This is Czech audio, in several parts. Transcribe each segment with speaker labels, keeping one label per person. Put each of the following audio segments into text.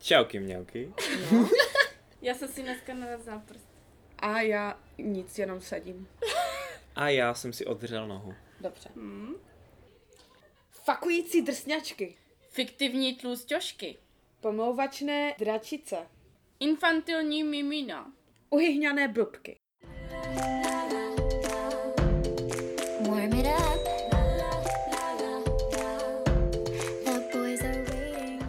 Speaker 1: Čauky mňauky.
Speaker 2: No.
Speaker 3: Já jsem si dneska narazila prst.
Speaker 2: A já nic, jenom sadím.
Speaker 1: A já jsem si odřel nohu.
Speaker 2: Dobře.
Speaker 3: Hmm.
Speaker 2: Fakující drsňačky.
Speaker 3: Fiktivní tlusťošky.
Speaker 2: Pomlouvačné dračice.
Speaker 3: Infantilní mimina.
Speaker 2: Uhyhňané blbky.
Speaker 4: Warm it up. The boys are waiting.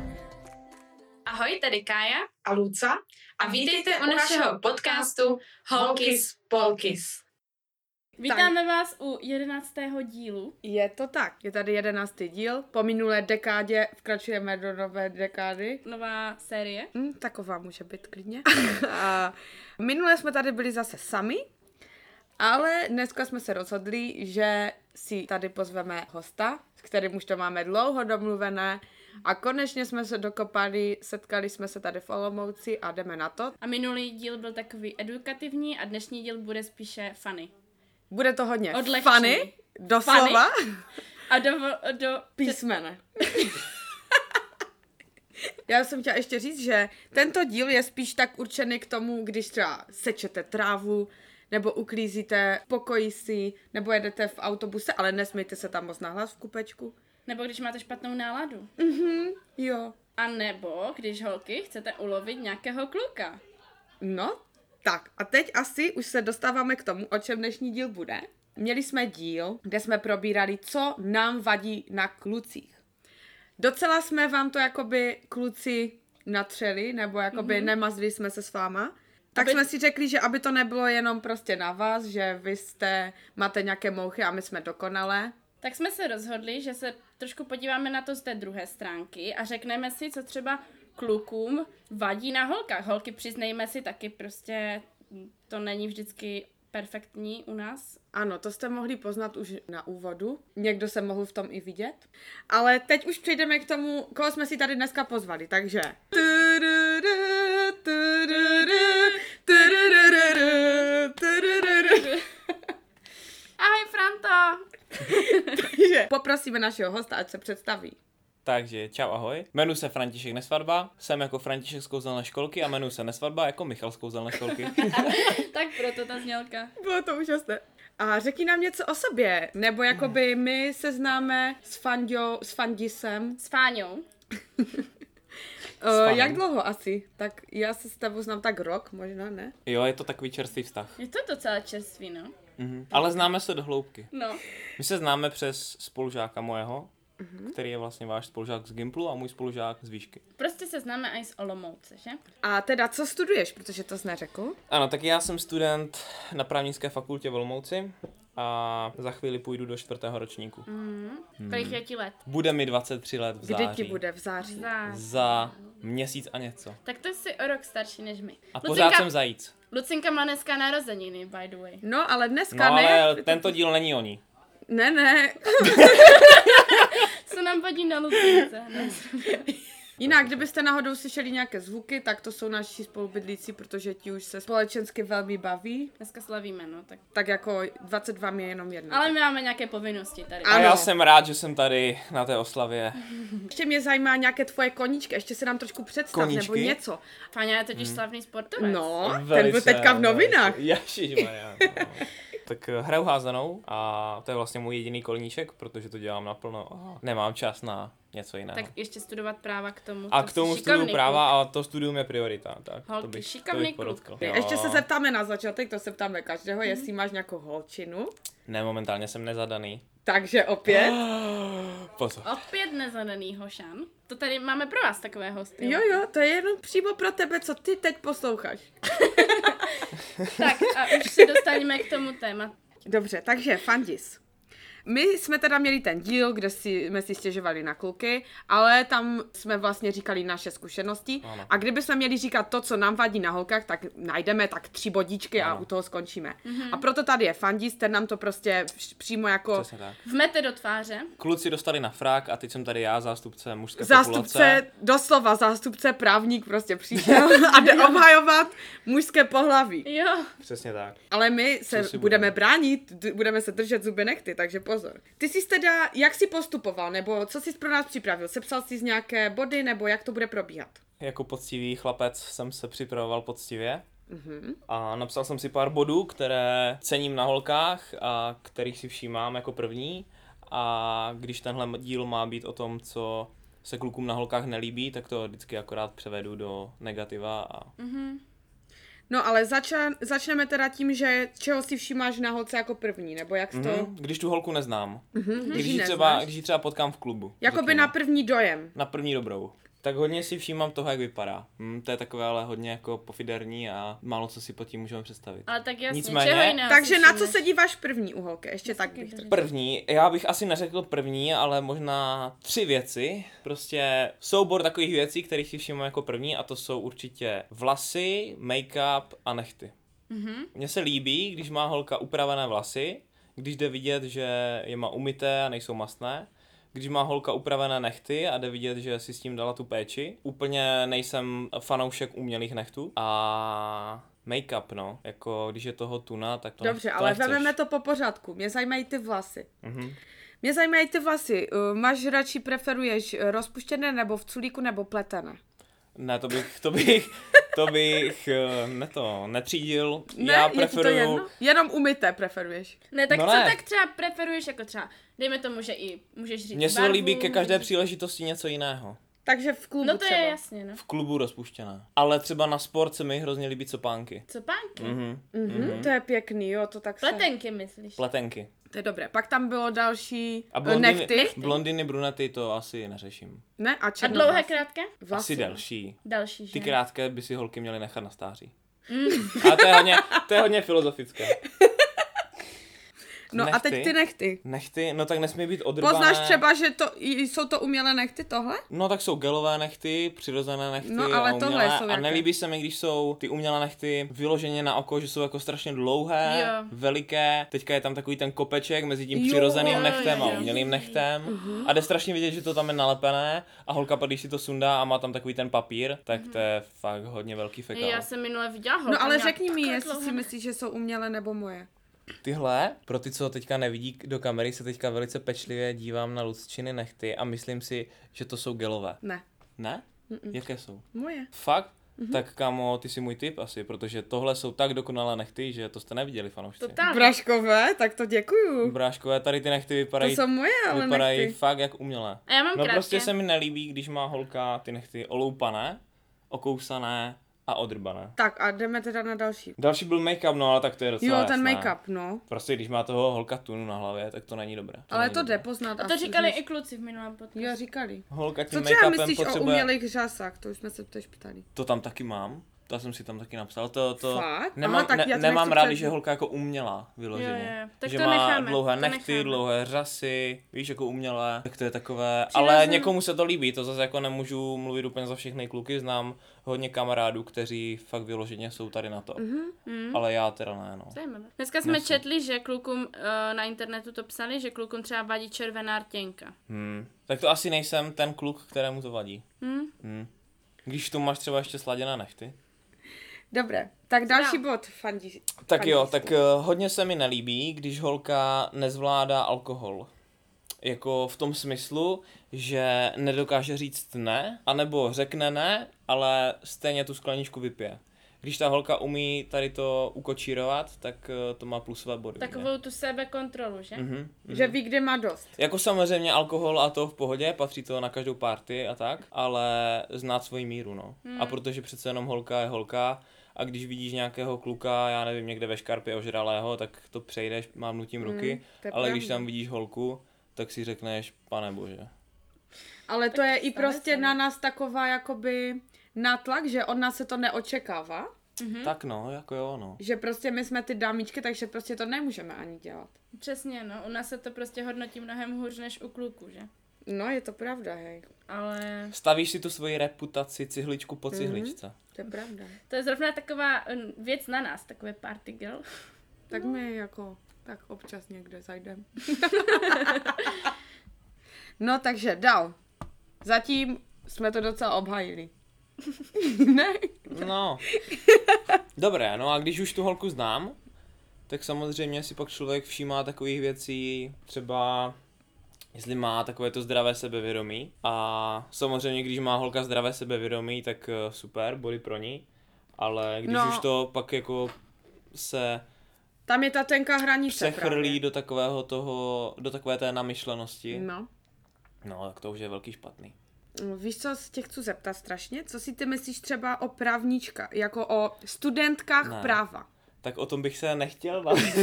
Speaker 3: Ahoj, tady Kája
Speaker 2: A Luca?
Speaker 3: a vítejte u našeho podcastu Holkis Polkis. Vítáme vás u jedenáctého dílu.
Speaker 2: Je to tak. Je tady jedenáctý díl. Po minulé dekádě vkračujeme do nové dekády.
Speaker 3: Nová série.
Speaker 2: Hm, taková může být klidně. A minule jsme tady byli zase sami, ale dneska jsme se rozhodli, že si tady pozveme hosta, s kterým už to máme dlouho domluvené a konečně jsme se dokopali, setkali jsme se tady v Olomouci a jdeme na to.
Speaker 3: A minulý díl byl takový edukativní a dnešní díl bude spíše funny.
Speaker 2: Bude to hodně
Speaker 3: Odlehčený.
Speaker 2: funny, doslova,
Speaker 3: A do... do
Speaker 2: písmene. Já jsem chtěla ještě říct, že tento díl je spíš tak určený k tomu, když třeba sečete trávu, nebo uklízíte v pokoji si, nebo jedete v autobuse, ale nesmějte se tam moc nahlas v kupečku.
Speaker 3: nebo když máte špatnou náladu.
Speaker 2: Jo.
Speaker 3: A nebo když holky chcete ulovit nějakého kluka.
Speaker 2: No, tak a teď asi už se dostáváme k tomu, o čem dnešní díl bude. Měli jsme díl, kde jsme probírali, co nám vadí na klucích. Docela jsme vám to jakoby kluci natřeli, nebo jakoby mm-hmm. nemazli jsme se s váma. Tak
Speaker 3: Aby-
Speaker 2: aby... jsme si řekli, že aby to nebylo jenom prostě na vás, že vy jste, máte nějaké mouchy a my jsme dokonalé.
Speaker 3: Tak jsme se rozhodli, že se trošku podíváme na to z té druhé stránky a řekneme si, co třeba klukům vadí na holkách. Holky, přiznejme si, taky prostě to není vždycky perfektní u nás.
Speaker 2: Ano, to jste mohli poznat už na úvodu. Někdo se mohl v tom i vidět. Ale teď už přejdeme k tomu, koho jsme si tady dneska pozvali. Takže...
Speaker 3: Ahoj, Franto!
Speaker 2: Takže poprosíme našeho hosta, ať se představí.
Speaker 1: Takže čau ahoj. Jmenuji se František Nesvadba, jsem jako František z kouzelné školky a jmenuji se Nesvadba jako Michal z kouzelné školky.
Speaker 3: Tak proto ta znělka.
Speaker 2: Bylo to úžasné. A řekni nám něco o sobě, nebo jakoby my se známe s Fandio, s Fandisem.
Speaker 3: S Fáňou.
Speaker 2: Eh,
Speaker 1: Fanem.
Speaker 2: jak dlouho asi? Tak já se s tebou znám tak rok, možná ne?
Speaker 1: Jo, je to takový čerstvý vztah.
Speaker 3: Je to docela čerstvý, no?
Speaker 1: Mhm. Ale známe se do hloubky.
Speaker 3: No.
Speaker 1: My se známe přes spolužáka mojeho,
Speaker 2: Mhm.
Speaker 1: který je vlastně váš spolužák z Gimplu a můj spolužák z výšky.
Speaker 3: Prostě se známe i z Olomouce, že?
Speaker 2: A teda, co studuješ, protože to jsi neřekl?
Speaker 1: Ano, tak já jsem student na právnické fakultě v Olomouci a za chvíli půjdu do čtvrtého ročníku. Hmm.
Speaker 3: Kolik je ti let?
Speaker 1: Bude mi 23 let v září.
Speaker 2: Mhm. Kdy ti bude v září?
Speaker 3: Za...
Speaker 1: Za měsíc a něco.
Speaker 3: Tak to jsi o rok starší než my.
Speaker 2: No
Speaker 1: A pořád jsem zajíc.
Speaker 3: Lucinka má dneska narozeniny, by the way.
Speaker 2: No, ale dneska
Speaker 1: No
Speaker 2: ne.
Speaker 1: ale tento díl není o ní.
Speaker 2: Ne, ne.
Speaker 3: Co nám vadí na Lucince? No.
Speaker 2: Jinak, kdybyste náhodou slyšeli nějaké zvuky, tak to jsou naši spolubydlící, protože ti už se společensky velmi baví.
Speaker 3: Dneska slavíme, no tak.
Speaker 2: Tak jako 22 mi je jenom jedna.
Speaker 3: Ale my máme nějaké povinnosti tady.
Speaker 1: A
Speaker 2: Ano.
Speaker 1: já jsem rád, že jsem tady na té oslavě.
Speaker 2: Ještě mě zajímá nějaké tvoje koníčky, ještě se nám trošku představ, nebo
Speaker 1: Koníčky?
Speaker 2: něco.
Speaker 3: Fáňa je
Speaker 1: Hmm.
Speaker 3: totiž slavný sportovec.
Speaker 2: No, ten byl teďka v novinách.
Speaker 1: Ježišmarja. no. Tak eh, hraju házenou a to je vlastně můj jediný kolníček, protože to dělám naplno. a Nemám čas na něco jiného.
Speaker 3: Tak ještě studovat práva k tomu.
Speaker 1: a
Speaker 3: to
Speaker 1: k
Speaker 3: jsi
Speaker 1: tomu
Speaker 3: šikovný
Speaker 1: studiu práva a to studium je priorita. Tak
Speaker 3: Holky,
Speaker 1: to bych, to
Speaker 3: šikovný
Speaker 1: bych
Speaker 3: kluk.
Speaker 1: podotkl.
Speaker 2: Ještě se zeptáme na začátek, to se ptáme každého, jestli máš nějakou holčinu.
Speaker 1: Ne, momentálně jsem nezadaný.
Speaker 2: Takže opět.
Speaker 1: Pozor.
Speaker 3: kluk. Opět nezadaný Hošan. To tady máme pro vás takové hosty.
Speaker 2: Jo, jo, to je jenom přímo pro tebe, co ty teď posloucháš.
Speaker 3: Tak a už se dostaneme k tomu tématu.
Speaker 2: Dobře, takže Fandis. My jsme teda měli ten díl, kde si, jsme si stěžovali na kluky, ale tam jsme vlastně říkali naše zkušenosti.
Speaker 1: Ano.
Speaker 2: A kdyby jsme měli říkat to, co nám vadí na holkách, tak najdeme tak tři bodíčky a
Speaker 1: Ano.
Speaker 2: u toho skončíme. A proto tady je Fandis, ten nám to prostě vš- přímo jako
Speaker 1: Přesně tak.
Speaker 3: Vmete do tváře.
Speaker 1: Kluci dostali na frak a teď jsem tady já, zástupce mužské
Speaker 2: zástupce,
Speaker 1: populace.
Speaker 2: doslova zástupce, právník prostě přišel a jde obhajovat mužské pohlaví.
Speaker 3: Jo.
Speaker 1: Přesně tak.
Speaker 2: Ale my se
Speaker 1: si
Speaker 2: budeme,
Speaker 1: budeme?
Speaker 2: bránit, d- budeme se držet zuby nechty, takže pozor. Ty jsi teda, jak jsi postupoval, nebo co jsi pro nás připravil? Sepsal jsi z nějaké body, nebo jak to bude probíhat?
Speaker 1: jako poctivý chlapec jsem se připravoval poctivě.
Speaker 3: Mhm.
Speaker 1: A napsal jsem si pár bodů, které cením na holkách a kterých si všímám jako první. A když tenhle díl má být o tom, co se klukům na holkách nelíbí, tak to vždycky akorát převedu do negativa a
Speaker 2: No ale zača- začneme teda tím, že čeho si všímáš na holce jako první, nebo jak to...
Speaker 1: Mhm, Když tu holku neznám.
Speaker 2: Mhm.
Speaker 3: Mhm.
Speaker 1: Mm-hmm. Když,
Speaker 2: Když
Speaker 1: ji
Speaker 2: ji
Speaker 1: třeba,
Speaker 2: neznáš.
Speaker 1: když ji třeba potkám v klubu.
Speaker 2: Jakoby
Speaker 1: řekněme.
Speaker 2: na první dojem.
Speaker 1: na první dobrou. Tak hodně si všímám toho, jak vypadá. Hm, to je takové ale hodně jako pofiderní a málo co si pod tím můžeme představit.
Speaker 3: Ale tak jasně,
Speaker 1: Nicméně-
Speaker 3: čeho jiného
Speaker 2: Takže
Speaker 3: si
Speaker 2: na co
Speaker 3: všimneš?
Speaker 2: se díváš první u holky? Ještě tak bych to...
Speaker 1: První, já bych asi neřekl první, ale možná tři věci. Prostě soubor takových věcí, kterých si všímám jako první, a to jsou určitě vlasy, make-up a nechty.
Speaker 2: Mhm.
Speaker 1: Mm-hmm. Mně se líbí, když má holka upravené vlasy, když jde vidět, že je má umyté a nejsou masné. Když má holka upravené nechty a jde vidět, že si s tím dala tu péči. Úplně nejsem fanoušek umělých nechtů. A make-up, no. Jako, když je toho tuna, tak to nech-
Speaker 2: Dobře,
Speaker 1: to
Speaker 2: ale
Speaker 1: nechceš.
Speaker 2: vezmeme to po pořádku. Mě zajímají ty vlasy.
Speaker 1: Mhm.
Speaker 2: Mě zajímají ty vlasy. Uh, Máš radši, preferuješ eh, rozpuštěné nebo v culíku nebo pletené?
Speaker 1: Ne, to bych, to bych, to bych, eh, ne to, netřídil.
Speaker 2: Ne,
Speaker 1: já
Speaker 2: je ti to jedno?
Speaker 1: preferuju,
Speaker 2: Jenom umyté preferuješ.
Speaker 3: Ne, tak
Speaker 1: No
Speaker 3: no co
Speaker 1: ne.
Speaker 3: tak třeba preferuješ, jako třeba, dejme tomu, že i můžeš říct
Speaker 1: mně se
Speaker 3: barvu,
Speaker 1: líbí ke každé
Speaker 3: můžeš říct-
Speaker 1: příležitosti něco jiného.
Speaker 2: Takže v klubu
Speaker 3: No to
Speaker 2: třeba.
Speaker 3: je jasně, no.
Speaker 1: V klubu rozpuštěné. Ale třeba na sport se mi hrozně líbí copánky.
Speaker 3: Co pánky?
Speaker 1: Mhm.
Speaker 2: Mhm, to je pěkný, jo, to tak se...
Speaker 3: Pletenky myslíš?
Speaker 1: Pletenky.
Speaker 2: To je dobré. Pak tam bylo další
Speaker 1: A
Speaker 2: eh,
Speaker 1: blondiny,
Speaker 2: nechty.
Speaker 1: blondiny, brunety to asi neřeším.
Speaker 2: Ne? A, Vlastně.
Speaker 3: A
Speaker 2: černou
Speaker 3: dlouhé,
Speaker 2: vlasy.
Speaker 3: krátké?
Speaker 2: Vlasy.
Speaker 1: Asi delší.
Speaker 3: Další, že?
Speaker 1: Ty krátké by si holky měly nechat na stáří.
Speaker 2: Mm.
Speaker 1: A to je hodně, to je hodně filozofické.
Speaker 2: No a teď ty nechty.
Speaker 1: Nechty, no tak nesmí být odrbané.
Speaker 2: Poznáš třeba, že to, jsou to umělé nechty tohle?
Speaker 1: No tak jsou gelové nechty, přirozené nechty
Speaker 2: No,
Speaker 1: a
Speaker 2: ale
Speaker 1: umělé.
Speaker 2: tohle jsou
Speaker 1: a
Speaker 2: jaké?
Speaker 1: nelíbí se mi, když jsou ty umělé nechty vyloženě na oko, že jsou jako strašně dlouhé,
Speaker 3: Jo.
Speaker 1: veliké. Teďka je tam takový ten kopeček mezi tím
Speaker 2: Jo,
Speaker 1: přirozeným
Speaker 2: jo, Mhm.
Speaker 1: nechtem
Speaker 3: jo,
Speaker 1: a
Speaker 3: jo.
Speaker 1: umělým nechtem. A jde strašně vidět, že to tam je nalepené a holka pak, když si to sundá a má tam takový ten papír, tak to je
Speaker 2: Mhm.
Speaker 1: fakt hodně velký fekal.
Speaker 3: Já jsem minule viděla holka,
Speaker 2: No ale
Speaker 3: měla
Speaker 2: řekni mi,
Speaker 3: takhle
Speaker 2: jestli si
Speaker 3: dlouhé-
Speaker 2: myslíš, že jsou umělé nebo moje.
Speaker 1: Tyhle, pro ty, co teďka nevidí do kamery, se teďka velice pečlivě dívám na Lucčiny nechty a myslím si, že to jsou gelové.
Speaker 2: Ne,
Speaker 1: Ne? Jaké jsou?
Speaker 2: moje.
Speaker 1: Fakt?
Speaker 2: Mhm.
Speaker 1: Mm-hmm. Tak kámo, ty jsi můj typ asi, protože tohle jsou tak dokonalé nechty, že to jste neviděli fanoušci.
Speaker 3: Totálně.
Speaker 2: Braškové, tak to děkuju.
Speaker 1: Bráškové, tady ty nechty
Speaker 2: To
Speaker 1: vypadají,
Speaker 2: jsou moje, ale
Speaker 1: vypadají
Speaker 2: nechty.
Speaker 1: fakt jak umělé.
Speaker 3: A já mám
Speaker 1: no
Speaker 3: krátké.
Speaker 1: prostě se mi nelíbí, když má holka ty nechty oloupané, okousané a odrbané.
Speaker 2: Tak a jdeme teda na další.
Speaker 1: Další byl make-up, no ale tak to je
Speaker 2: Jo,
Speaker 1: docela
Speaker 2: ten
Speaker 1: jasné.
Speaker 2: make-up, no.
Speaker 1: Prostě když má toho holka tunu na hlavě, tak to není dobré. To
Speaker 2: Ale
Speaker 1: není
Speaker 2: to
Speaker 1: dobré.
Speaker 2: jde poznat.
Speaker 3: To
Speaker 2: asi,
Speaker 3: říkali
Speaker 2: víš.
Speaker 3: i kluci v minulém podcastu.
Speaker 2: Jo, říkali.
Speaker 1: Holka tím
Speaker 2: Co třeba
Speaker 1: make-upem
Speaker 2: myslíš o
Speaker 1: potřebuje...
Speaker 2: umělých řasách? To už jsme se tež ptali.
Speaker 1: To tam taky mám. To jsem si tam taky napsal. To, to
Speaker 2: Fakt?
Speaker 1: nemám,
Speaker 2: Aha, tak
Speaker 1: ne,
Speaker 2: já to
Speaker 1: nemám
Speaker 2: nechci
Speaker 1: rád,
Speaker 2: před-
Speaker 1: když je holka jako umělá vyloženě.
Speaker 3: Jo, jo, tak
Speaker 1: že
Speaker 3: to
Speaker 1: má
Speaker 3: necháme,
Speaker 1: dlouhé
Speaker 3: to
Speaker 1: nechty,
Speaker 3: necháme. dlouhé
Speaker 1: dlouhé řasy, víš, jako umělé. Tak to je takové. Ale
Speaker 3: Přirozené.
Speaker 1: někomu se to líbí, to zase jako nemůžu mluvit úplně za všechny kluky. Znám hodně kamarádů, kteří fakt vyloženě jsou tady na to.
Speaker 3: Mhm,
Speaker 1: Mm-hmm. Ale já teda ne, no.
Speaker 3: Zajímavé. Dneska jsme četli, že klukům eh, na internetu to psali, že klukům třeba vadí červená rtěnka.
Speaker 1: Hmm. Tak to asi nejsem ten kluk, kterému to vadí.
Speaker 3: Hm?
Speaker 1: Hmm. Když tu máš třeba ještě sladěné nechty.
Speaker 2: Dobré, tak další
Speaker 3: No.
Speaker 2: bod, fandí.
Speaker 1: Tak jo,
Speaker 2: fandístů.
Speaker 1: tak eh, hodně se mi nelíbí, když holka nezvládá alkohol. Jako v tom smyslu, že nedokáže říct ne, anebo řekne ne, ale stejně tu skleničku vypije. Když ta holka umí tady to ukočírovat, tak eh, to má plusové body.
Speaker 3: Takovou tu sebekontrolu, že? Mm-hmm.
Speaker 1: Mhm.
Speaker 2: Že ví, kde má dost.
Speaker 1: Jako samozřejmě alkohol a to v pohodě, patří to na každou party a tak, ale znát svoji míru, no. Hmm. A protože přece jenom holka je holka a když vidíš nějakého kluka, já nevím, někde ve škarpě ožralého, tak to přejdeš mávnutím ruky,
Speaker 2: Hmm, to je
Speaker 1: ale když
Speaker 2: pravda.
Speaker 1: tam vidíš holku, tak si řekneš, pane bože.
Speaker 2: Ale to je i
Speaker 3: stane
Speaker 2: prostě
Speaker 3: se.
Speaker 2: na nás taková jakoby nátlak, že od nás se to neočekává.
Speaker 1: Hmm. Tak no, jako jo, no.
Speaker 2: Že prostě my jsme ty dámičky, takže prostě to nemůžeme ani dělat.
Speaker 3: Přesně, no. U nás se to prostě hodnotí mnohem hůř než u kluků, že?
Speaker 2: No, je to pravda, hej.
Speaker 3: Ale
Speaker 1: Stavíš si tu svoji reputaci cihličku po
Speaker 2: Mhm.
Speaker 1: cihličce.
Speaker 2: To je pravda.
Speaker 3: to je zrovna taková mm, věc na nás, takové party girl.
Speaker 2: Tak
Speaker 3: No.
Speaker 2: my jako, tak občas někde zajdeme. no, takže dál. Zatím jsme to docela obhajili. ne?
Speaker 1: No. Dobré, no a když už tu holku znám, tak samozřejmě si pak člověk všímá takových věcí, třeba jestli má takové to zdravé sebevědomí. A samozřejmě, když má holka zdravé sebevědomí, tak eh, super, body pro ní. Ale když
Speaker 2: No.
Speaker 1: už to pak jako se
Speaker 2: Tam je ta tenká hranice
Speaker 1: přechrlí
Speaker 2: právě.
Speaker 1: do takového toho, do takové té namyšlenosti, no.
Speaker 2: No.
Speaker 1: no tak to už je velký špatný.
Speaker 2: Víš, co z těch chci zeptat strašně? Co si ty myslíš třeba o právnička, jako o studentkách
Speaker 1: Ne.
Speaker 2: ne. práva?
Speaker 1: Tak o tom bych se nechtěl bavit.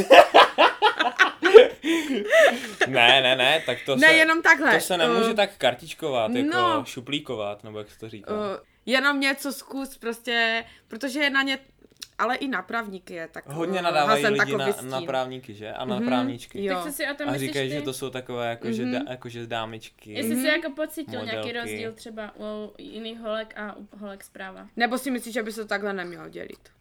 Speaker 1: ne, ne, ne, tak to
Speaker 2: Ne,
Speaker 1: se,
Speaker 2: jenom takhle.
Speaker 1: To se nemůže
Speaker 2: Eh,
Speaker 1: tak kartičkovat, jako
Speaker 2: no.
Speaker 1: šuplíkovat, nebo jak se to říká.
Speaker 2: Uh, jenom něco zkus prostě, protože je na ně, ale i na právníky je tak
Speaker 1: Hodně
Speaker 2: eh,
Speaker 1: nadávají
Speaker 2: hazen
Speaker 1: lidi na,
Speaker 2: takový stín.
Speaker 1: na právníky, že? A na právničky.
Speaker 2: jo. Mhm.
Speaker 3: Tak co si o tom
Speaker 1: A
Speaker 3: myslíš
Speaker 1: říkají,
Speaker 3: ty?
Speaker 1: že to jsou takové jako, že, da, jako, že dámičky.
Speaker 3: Jestli jsi jako pocítil
Speaker 1: Modelky.
Speaker 3: nějaký rozdíl třeba u jiných holek a u holek zpráva.
Speaker 2: Nebo si myslíš, že by se to takhle nemělo dělit?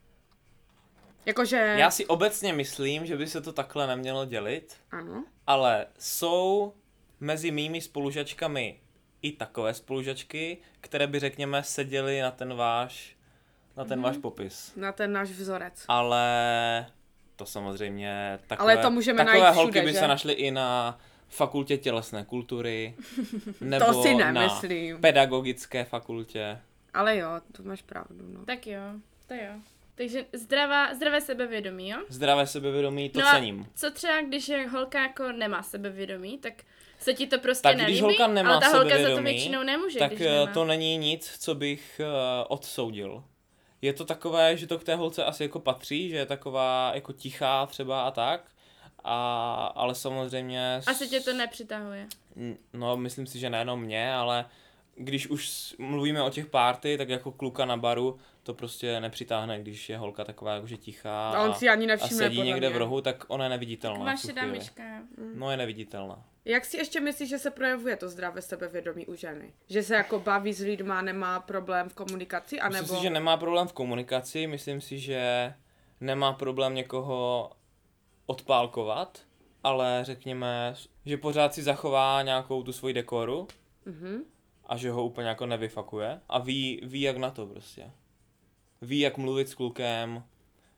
Speaker 2: Jakože,
Speaker 1: Já si obecně myslím, že by se to takhle nemělo dělit,
Speaker 2: ano,
Speaker 1: ale jsou mezi mými spolužačkami i takové spolužačky, které by, řekněme, seděly na ten váš, na
Speaker 2: Mhm.
Speaker 1: ten váš popis.
Speaker 2: na ten náš vzorec.
Speaker 1: Ale to samozřejmě takové,
Speaker 2: Ale to můžeme
Speaker 1: takové
Speaker 2: najít
Speaker 1: holky
Speaker 2: všude,
Speaker 1: by
Speaker 2: že?
Speaker 1: se našly i na fakultě tělesné kultury nebo
Speaker 2: si
Speaker 1: na
Speaker 2: nemyslím.
Speaker 1: pedagogické fakultě.
Speaker 2: Ale jo, to máš pravdu, no.
Speaker 3: Tak jo, to jo. Takže zdravá, zdravé sebevědomí, jo?
Speaker 1: Zdravé sebevědomí, to
Speaker 3: no a
Speaker 1: cením.
Speaker 3: co třeba, když je holka jako nemá sebevědomí, tak se ti to prostě
Speaker 1: Tak když
Speaker 3: nelíbí,
Speaker 1: holka nemá
Speaker 3: ale ta holka za to
Speaker 1: sebevědomí,
Speaker 3: většinou nemůže,
Speaker 1: tak
Speaker 3: když
Speaker 1: eh,
Speaker 3: nemá.
Speaker 1: to není nic, co bych eh, odsoudil. Je to takové, že to k té holce asi jako patří, že je taková jako tichá třeba a tak. A, ale samozřejmě... s-
Speaker 3: Asi tě to nepřitahuje.
Speaker 1: N- No, myslím si, že nejenom mě, ale když už s- mluvíme o těch párty, tak jako kluka na baru to prostě nepřitáhne, když je holka taková jakože tichá
Speaker 2: A on si ani
Speaker 1: a
Speaker 2: nevšimne,
Speaker 1: sedí
Speaker 2: podle
Speaker 1: někde
Speaker 2: mě.
Speaker 1: v rohu, tak ona je neviditelná. v tu
Speaker 3: Vaše
Speaker 1: chvíli.
Speaker 3: dámička.
Speaker 1: No je neviditelná.
Speaker 2: Jak si ještě myslíš, že se projevuje to zdravé sebevědomí u ženy? Že se jako baví s lidma, nemá problém v komunikaci, anebo...
Speaker 1: Myslím si, že nemá problém v komunikaci, myslím si, že nemá problém někoho odpálkovat, ale řekněme, že pořád si zachová nějakou tu svoji dekoru
Speaker 2: Mhm.
Speaker 1: a že ho úplně jako nevyfakuje a ví, ví jak na to prostě. Ví jak mluvit s klukem,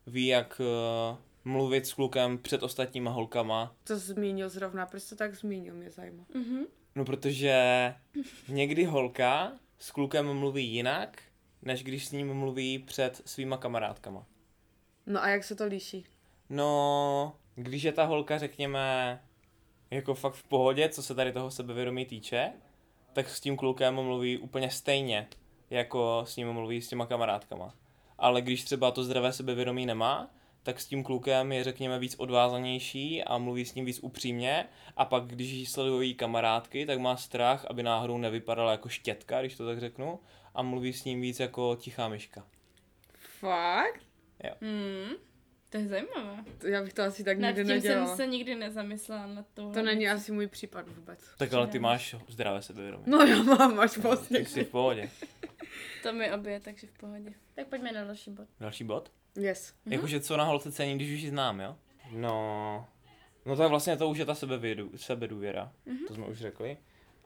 Speaker 1: ví jak uh, mluvit s klukem před ostatníma holkama,
Speaker 2: To zmínil zrovna, proč to tak zmínil, mě zajímá.
Speaker 1: No protože někdy holka s klukem mluví jinak, než když s ním mluví před svýma kamarádkama.
Speaker 2: No a jak se to líší?
Speaker 1: No, když je ta holka, řekněme, jako fakt v pohodě, co se tady toho sebevědomí týče, tak s tím klukem mluví úplně stejně, jako s ním mluví s těma kamarádkama. Ale když třeba to zdravé sebevědomí nemá, tak s tím klukem je, řekněme, víc odvázanější a mluví s ním víc upřímně. A pak, když jí sledují kamarádky, tak má strach, aby náhodou nevypadala jako štětka, když to tak řeknu, a mluví s ním víc jako tichá myška.
Speaker 2: Fakt?
Speaker 3: Hmm, to je zajímavé.
Speaker 2: To Já bych to asi tak
Speaker 3: Nad
Speaker 2: nikdy
Speaker 3: tím
Speaker 2: nedělala.
Speaker 3: jsem se nikdy nezamyslela na to.
Speaker 2: To není asi můj případ vůbec.
Speaker 1: Tak ale ty máš zdravé sebevědomí.
Speaker 2: No já mám až vlastně.
Speaker 1: Ty jsi v pohodě.
Speaker 3: To mi obě, takže v pohodě. Tak pojďme na další bod.
Speaker 1: Další bod?
Speaker 2: Yes.
Speaker 1: Mm-hmm. Jakože co na holce cení, když už ji znám, jo? No, no tak vlastně to už je ta sebevědu, sebedůvěra, mm-hmm. to jsme už řekli.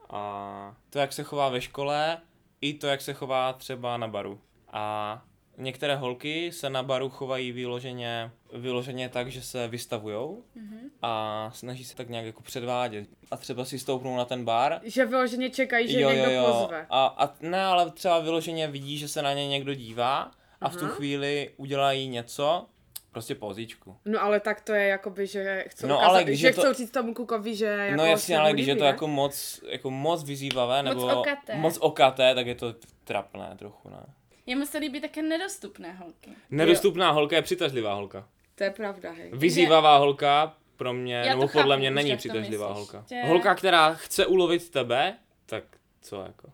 Speaker 1: A to, jak se chová ve škole, i to, jak se chová třeba na baru. A některé holky se na baru chovají vyloženě, vyloženě tak, že se vystavujou mm-hmm. a snaží se tak nějak jako předvádět. A třeba si stoupnou na ten bar
Speaker 2: Že vyloženě čekají, že někdo pozve.
Speaker 1: a, a ne, ale třeba vyloženě vidí, že se na ně někdo dívá a v tu chvíli udělají něco, prostě pozičku.
Speaker 2: No ale tak to je jakoby, že chcou,
Speaker 1: No,
Speaker 2: no,
Speaker 1: ale
Speaker 2: ale
Speaker 1: když
Speaker 2: že
Speaker 1: je to-
Speaker 2: to... chcou říct tomu klukovi, že jako
Speaker 1: no
Speaker 2: se
Speaker 1: jasně,
Speaker 2: mu
Speaker 1: ale když je
Speaker 2: líbí,
Speaker 1: to
Speaker 2: ne?
Speaker 1: jako moc, jako moc vyzývavé, nebo
Speaker 3: okaté.
Speaker 1: moc okaté, tak je to trapné trochu, ne?
Speaker 3: Jemu se líbí také nedostupné holky.
Speaker 1: Nedostupná holka je přitažlivá holka.
Speaker 2: To je pravda, hej.
Speaker 1: Vyzývavá holka pro mě,
Speaker 3: Já to
Speaker 1: nebo podle
Speaker 3: chápu,
Speaker 1: mě
Speaker 3: už
Speaker 1: není
Speaker 3: jak to
Speaker 1: přitažlivá
Speaker 3: myslíš.
Speaker 1: holka.
Speaker 3: Tě-
Speaker 1: Holka, která chce ulovit tebe, tak co jako.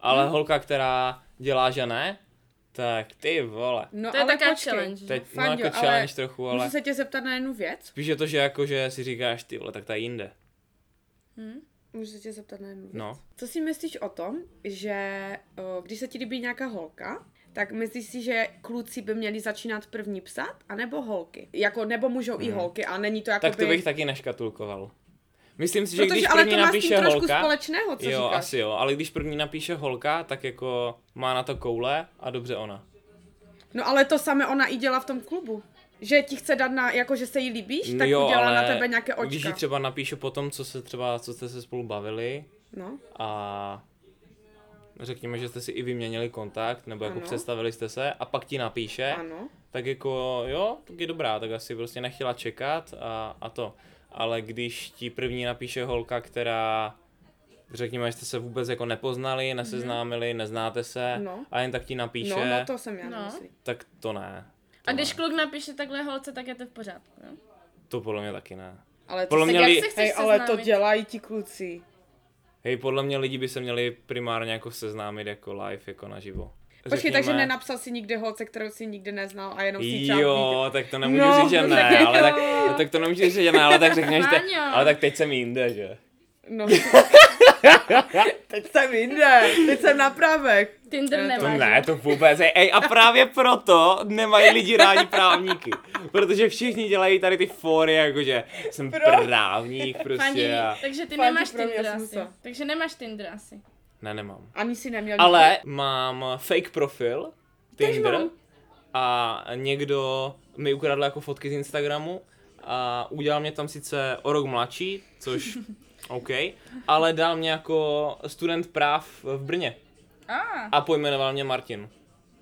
Speaker 1: Ale holka, která dělá, že ne, tak ty vole.
Speaker 2: No,
Speaker 3: To je
Speaker 2: ale
Speaker 3: taká
Speaker 2: počkej.
Speaker 3: challenge, že?
Speaker 1: Teď, no
Speaker 2: Fandňo,
Speaker 1: jako
Speaker 2: ale
Speaker 1: challenge trochu, ale
Speaker 2: Můžu se tě zeptat na jednu věc?
Speaker 1: spíš je to, že jako, že si říkáš ty vole, tak ta jinde.
Speaker 2: Můžu se tě zeptat na jednu věc?
Speaker 1: No.
Speaker 2: Co si myslíš o tom, že o, když se ti líbí nějaká holka, tak myslíš si, že kluci by měli začínat první psát, anebo holky? Jako, nebo můžou i holky, a není to jako
Speaker 1: Hmm. Tak to bych taky naškatulkoval. Myslím si, že
Speaker 2: Protože
Speaker 1: když
Speaker 2: ale
Speaker 1: první
Speaker 2: to má s tím
Speaker 1: napíše
Speaker 2: trošku
Speaker 1: holka,
Speaker 2: společného, co
Speaker 1: jo,
Speaker 2: říkáš.
Speaker 1: asi jo, ale když první napíše holka, tak jako má na to koule a dobře ona.
Speaker 2: No ale to samé ona i dělá v tom klubu. Že ti chce dát na, jako že se jí líbíš, tak
Speaker 1: No jo,
Speaker 2: udělá
Speaker 1: ale
Speaker 2: na tebe nějaké očka.
Speaker 1: Když jí třeba napíšu potom, co se třeba, co jste se spolu bavili
Speaker 2: No,
Speaker 1: a řekněme, že jste si i vyměnili kontakt, nebo jako
Speaker 2: Ano.
Speaker 1: představili jste se a pak ti napíše,
Speaker 2: ano.
Speaker 1: tak jako jo, tak je dobrá, tak asi prostě nechtěla čekat a, a to. Ale když ti první napíše holka, která řekněme, že jste se vůbec jako nepoznali, neseznámili, neznáte se
Speaker 2: Mhm. No.
Speaker 1: a jen tak ti napíše,
Speaker 2: No, no to jsem já
Speaker 3: No.
Speaker 2: no. nemyslí.
Speaker 1: tak to ne. To
Speaker 3: A když
Speaker 1: ne.
Speaker 3: kluk napíše takhle holce, tak je to v pořádku. Jo?
Speaker 1: To podle mě taky ne.
Speaker 2: Ale to
Speaker 1: Podle
Speaker 2: se...
Speaker 1: mě
Speaker 3: jak
Speaker 1: li...
Speaker 3: se chceš
Speaker 2: Hej, ale to
Speaker 3: seznámit?
Speaker 2: dělají ti kluci.
Speaker 1: Hej, podle mě lidi by se měli primárně jako seznámit jako live, jako naživo.
Speaker 2: Počkej,
Speaker 1: Řekněme-
Speaker 2: takže nenapsal si nikdy holce, kterou si nikdy neznal a jenom si čau
Speaker 1: Jo, tak to nemůžu
Speaker 2: No,
Speaker 1: říct, že ne,
Speaker 2: tak
Speaker 1: ale tak,
Speaker 3: jo.
Speaker 1: tak to nemůžu říct, že ne, ale tak řekneš, te,
Speaker 3: Váňo.
Speaker 1: ale tak teď jsem jinde, že?
Speaker 2: No. teď jsem jinde, teď jsem na právech.
Speaker 3: Tinder
Speaker 2: Ne, Eh, to
Speaker 1: To
Speaker 3: nemá.
Speaker 1: ne, to vůbec. Ej, ej, a právě proto nemají lidi rádi právníky. Protože všichni dělají tady ty fóry, jakože jsem právník
Speaker 3: Fandí,
Speaker 1: prostě. A...
Speaker 3: takže ty
Speaker 2: Fandí
Speaker 3: nemáš
Speaker 2: pro mě,
Speaker 3: Tinder
Speaker 2: já
Speaker 3: asi.
Speaker 2: jsem musela.
Speaker 3: Takže nemáš Tinder asi.
Speaker 1: Ne, nemám.
Speaker 2: Ani si neměl
Speaker 1: Ale mám fake profil, Tinder,
Speaker 3: mám.
Speaker 1: a někdo mi ukradl jako fotky z Instagramu a udělal mě tam sice o rok mladší, což OK, ale dal mě jako student práv v Brně
Speaker 3: A,
Speaker 1: a pojmenoval mě Martin.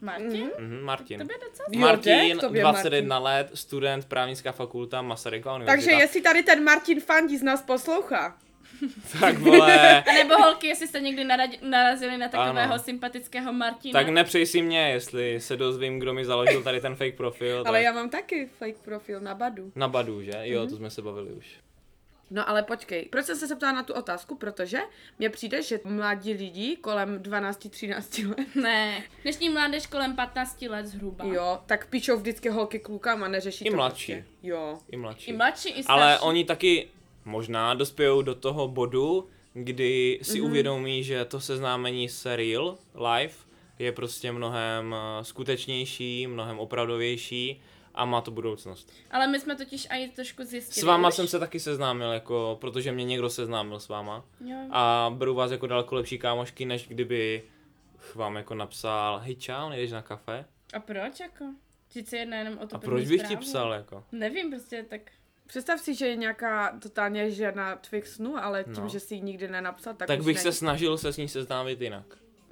Speaker 3: Martin?
Speaker 1: Mhm, Martin.
Speaker 3: To by docela...
Speaker 2: Jo,
Speaker 1: Martin,
Speaker 2: jde k tobě,
Speaker 1: 21 let, student, právnická fakulta Masarykova univerzita.
Speaker 2: Takže jestli tady ten Martin Fandí z nás poslouchá.
Speaker 1: Tak vole,
Speaker 3: A nebo holky, jestli jste někdy naradi- narazili na takového
Speaker 1: Ano.
Speaker 3: sympatického Martina.
Speaker 1: tak nepřej si mě, jestli se dozvím, kdo mi založil tady ten fake profil.
Speaker 2: Ale
Speaker 1: tak...
Speaker 2: já mám taky fake profil na Badu.
Speaker 1: Na Badu, že? Jo, to jsme se bavili už.
Speaker 2: No ale počkej, proč jsem se zeptala na tu otázku? Protože mně přijde, že mladí lidi kolem 12-13 let,
Speaker 3: Ne. Dnešní mládež kolem 15 let zhruba.
Speaker 2: jo, tak píšou vždycky holky klukám a neřeší
Speaker 1: I
Speaker 2: to.
Speaker 1: mladší.
Speaker 2: prostě. Jo.
Speaker 1: I mladší.
Speaker 3: I mladší, i starší.
Speaker 1: Ale oni taky možná dospějou do toho bodu, kdy si mm-hmm. uvědomí, že to seznámení se real live je prostě mnohem eh, skutečnější, mnohem opravdovější a má to budoucnost.
Speaker 3: Ale my jsme totiž i trošku zjistili.
Speaker 1: S váma
Speaker 3: už.
Speaker 1: jsem se taky seznámil, jako, protože mě někdo seznámil s váma.
Speaker 3: Jo.
Speaker 1: A beru vás jako daleko lepší kámošky, než kdyby vám jako napsal, hej čau, nejdeš na kafe?
Speaker 3: A proč jako? Vždyť se jedná jenom o to
Speaker 1: A proč bych ti psal, jako?
Speaker 3: Nevím, prostě tak...
Speaker 2: Představ si, že je nějaká totálně žena tvých snů, ale tím,
Speaker 1: No.
Speaker 2: že si ji nikdy nenapsal, tak,
Speaker 1: Tak
Speaker 2: už
Speaker 1: bych
Speaker 2: ne.
Speaker 1: se snažil se s ní seznámit jinak.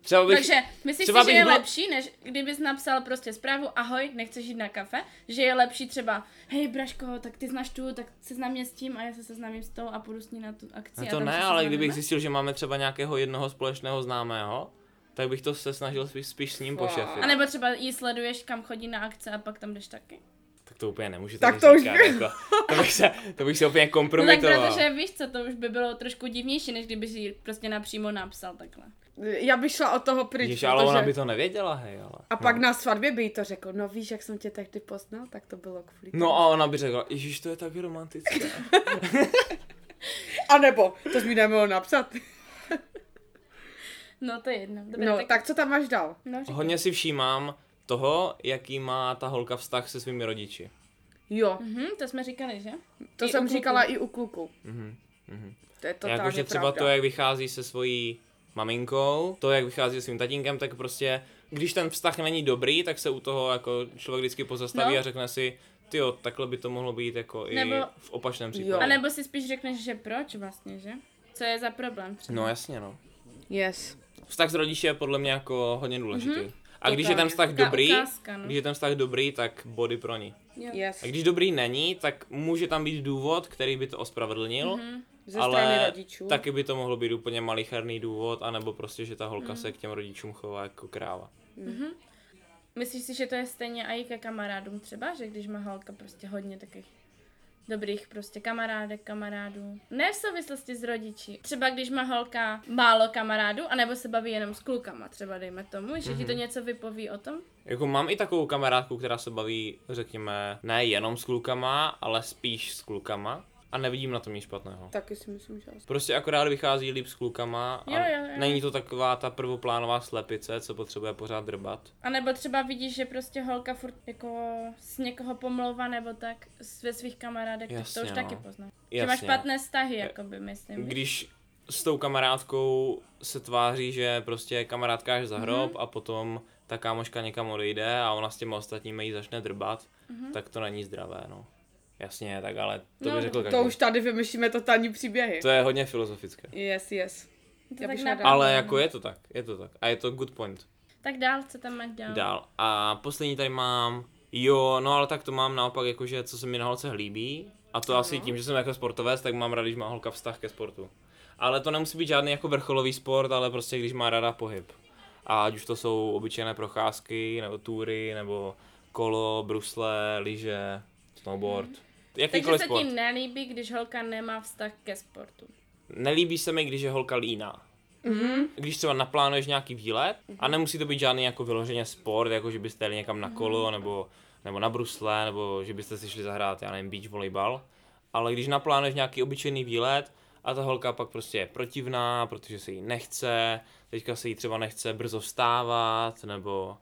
Speaker 1: Třeba bych...
Speaker 3: Takže myslíš
Speaker 1: třeba
Speaker 3: si, že
Speaker 1: bych
Speaker 3: je
Speaker 1: byl-
Speaker 3: lepší, než kdybys napsal prostě zprávu, ahoj, nechceš jít na kafe, že je lepší třeba, hej Braško, tak ty znáš tu, tak se znám s tím a já se seznámím s tou a půjdu s ní na tu akci.
Speaker 1: No
Speaker 3: a
Speaker 1: to
Speaker 3: tam
Speaker 1: ne,
Speaker 3: se
Speaker 1: ale
Speaker 3: seznámíme.
Speaker 1: kdybych zjistil, že máme třeba nějakého jednoho společného známého, tak bych to se snažil spíš, spíš s ním
Speaker 2: Wow.
Speaker 1: pošefit.
Speaker 3: A nebo třeba jí sleduješ, kam chodí na akce a pak tam jdeš taky. No
Speaker 1: Tak to úplně nemůžete
Speaker 2: Tak
Speaker 1: mi
Speaker 2: to už
Speaker 1: říkat,
Speaker 2: by-
Speaker 1: jako, to, bych se, to bych se úplně
Speaker 3: No tak
Speaker 1: kompromitoval.
Speaker 3: protože víš co, to už by bylo trošku divnější, než kdyby si jí prostě napřímo napsal takhle.
Speaker 2: Já bych šla od toho pryč,
Speaker 1: Ježiš, ale ona by to nevěděla, hej, ale.
Speaker 2: A pak
Speaker 1: no.
Speaker 2: na svatbě by jí to řekl, no víš, jak jsem tě tehdy poznal, tak to bylo kvůli tomu.
Speaker 1: No a ona by řekla, ježiš, to je tak romantické.
Speaker 2: A nebo, to jsi mi nemohl napsat.
Speaker 3: No to je jedno. Dobré,
Speaker 2: No, tak co tam máš dál?
Speaker 3: No, říkej.
Speaker 1: Hodně si všímám toho, jaký má ta holka vztah se svými rodiči.
Speaker 2: Jo,
Speaker 3: Mhm, to jsme říkali, že?
Speaker 2: to
Speaker 3: I u
Speaker 2: jsem
Speaker 3: kluků.
Speaker 2: říkala i u kluku.
Speaker 1: Mhm,
Speaker 2: To je totálně
Speaker 1: Jakože jako, třeba
Speaker 2: pravda.
Speaker 1: to, jak vychází se svojí maminkou, to, jak vychází se svým tatínkem, tak prostě, když ten vztah není dobrý, tak se u toho jako člověk vždycky pozastaví
Speaker 3: No.
Speaker 1: a řekne si, tyjo, takhle by to mohlo být jako Nebo... i
Speaker 3: Nebo-
Speaker 1: v opačném případě.
Speaker 2: Jo.
Speaker 3: A nebo si spíš řekneš, že proč vlastně, že? Co je za problém třeba?
Speaker 1: No jasně, no.
Speaker 2: Yes.
Speaker 1: Vztah s rodiči je podle mě jako hodně důležitý. Mm-hmm. A když je ten
Speaker 2: Totálně.
Speaker 1: vztah
Speaker 3: Mhm. Taková
Speaker 1: dobrý,
Speaker 3: ukázka, no.
Speaker 1: když je ten vztah dobrý, tak body pro ní.
Speaker 3: Jo.
Speaker 2: Yes.
Speaker 1: A když dobrý není, tak může tam být důvod, který by to ospravedlnil,
Speaker 3: Mhm.
Speaker 2: Ze strany
Speaker 1: ale
Speaker 2: rodičů.
Speaker 1: taky by to mohlo být úplně malicherný důvod, anebo prostě, že ta holka se k těm rodičům chová jako kráva.
Speaker 3: Myslíš si, že to je stejně i ke kamarádům třeba, že když má holka prostě hodně takových dobrých prostě kamarádek, kamarádů. Ne v souvislosti s rodiči. Třeba když má holka málo kamarádů, anebo se baví jenom s klukama, třeba dejme tomu, že ti to
Speaker 1: Mhm.
Speaker 3: něco vypoví o tom.
Speaker 1: Jako mám i takovou kamarádku, která se baví, řekněme, ne jenom s klukama, ale spíš s klukama a nevidím na tom nic špatného.
Speaker 2: Taky si myslím, že asi.
Speaker 1: Prostě akorát vychází líp s klukama a
Speaker 3: Jo, jo, jo.
Speaker 1: není to taková ta prvoplánová slepice, co potřebuje pořád drbat.
Speaker 3: A nebo třeba vidíš, že prostě holka furt jako s někoho pomlouvá nebo tak s- ve svých kamarádek, tak to
Speaker 1: Jasně,
Speaker 3: už
Speaker 1: no.
Speaker 3: taky poznáš. Že
Speaker 1: Jasně.
Speaker 3: máš špatné vztahy, jakoby, myslím.
Speaker 1: Když s tou kamarádkou se tváří, že prostě kamarádka až za hrob
Speaker 2: Mhm.
Speaker 1: a potom ta kámoška někam odejde a ona s těma ostatními jí začne drbat,
Speaker 2: Mhm.
Speaker 1: tak to není zdravé, no. Jasně, tak ale to
Speaker 3: No,
Speaker 1: by řekl každý.
Speaker 2: To už tady vymýšlíme totální příběhy.
Speaker 1: jako- To je hodně filozofické.
Speaker 2: Yes, yes.
Speaker 3: To
Speaker 2: Já
Speaker 3: tak
Speaker 2: bych
Speaker 3: na-
Speaker 2: ráda.
Speaker 1: Ale jako je to tak, je to tak. A je to good point.
Speaker 3: Tak dál, co tam máš dál?
Speaker 1: dál. A poslední tady mám, jo, no ale tak to mám naopak jakože, co se mi na holce líbí. A to asi tím, že jsem jako sportovec, tak mám rád, když má holka vztah ke sportu. Ale to nemusí být žádný jako vrcholový sport, ale prostě když má ráda pohyb. A ať už to jsou obyčejné procházky, nebo tury, nebo kolo, brusle, lyže, snowboard.
Speaker 3: Takže
Speaker 1: Jakýkoliv
Speaker 3: se
Speaker 1: sport.
Speaker 3: ti nelíbí, když holka nemá vztah ke sportu.
Speaker 1: Nelíbí se mi, když je holka líná.
Speaker 2: Mhm.
Speaker 1: Mm-hmm. Když třeba naplánuješ nějaký výlet a nemusí to být žádný jako vyloženě sport, jako že byste jeli někam na kolo
Speaker 2: Mhm.
Speaker 1: nebo, nebo na brusle, nebo že byste si šli zahrát, já nevím, beach volejbal. Ale když naplánuješ nějaký obyčejný výlet a ta holka pak prostě je protivná, protože se jí nechce, teďka se jí třeba nechce brzo vstávat, nebo